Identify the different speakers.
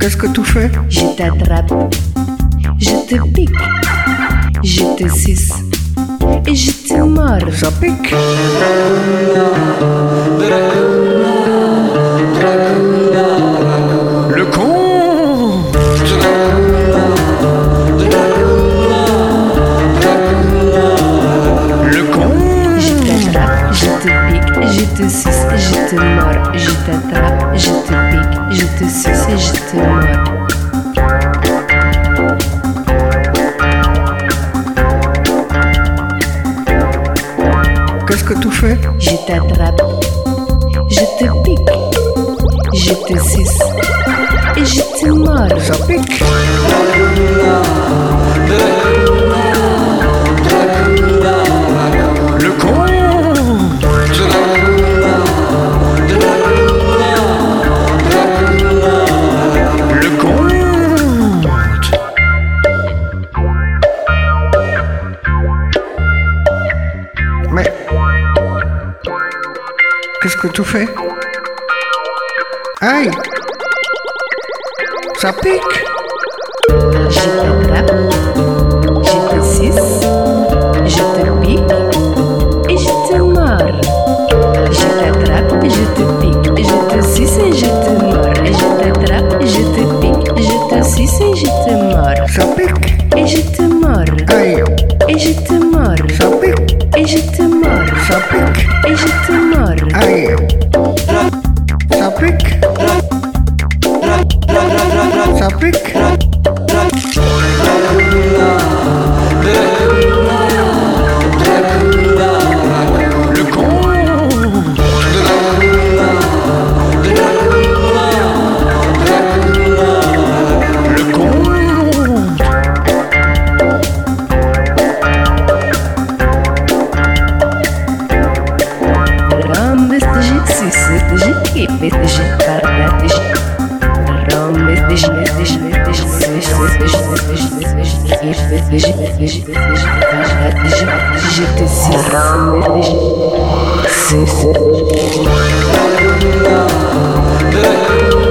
Speaker 1: Qu'est-ce que tu fais
Speaker 2: Je t'attrape, je te pique, je te suce et je te mords.
Speaker 1: Ça pique Le con Le con
Speaker 2: Je t'attrape, je te pique, je te suce et je te mords. Je t'attrape, je te pique, je te suce et je te mords.
Speaker 1: Qu'est-ce que tu fais
Speaker 2: Je t'attrape, je te pique, je te suce et je te mords.
Speaker 1: Ça pique Le con Le con Mais qu'est-ce que tu fais Aïe Ça pique
Speaker 2: Je t'attrape, je te suce, je te pique et je te mords. Je t'attrape, je te pique, je te suce et je te mords. Je t'attrape, je te pique, je te suce et je te mords.
Speaker 1: Ça pique
Speaker 2: Et je te mords,
Speaker 1: Aïe
Speaker 2: et je te mords,
Speaker 1: Ça pique
Speaker 2: et je te mords,
Speaker 1: Ça pique
Speaker 2: et je te mords.
Speaker 1: Aïe Ça pique Ça pique Le con Le con
Speaker 2: Rambes de je suce, de je pique, de je parle, de je... Rambes de je de je de je suce, de je de je de je pique, de je de je de je parle, de je... Je te suce. Rambes de je suce, de je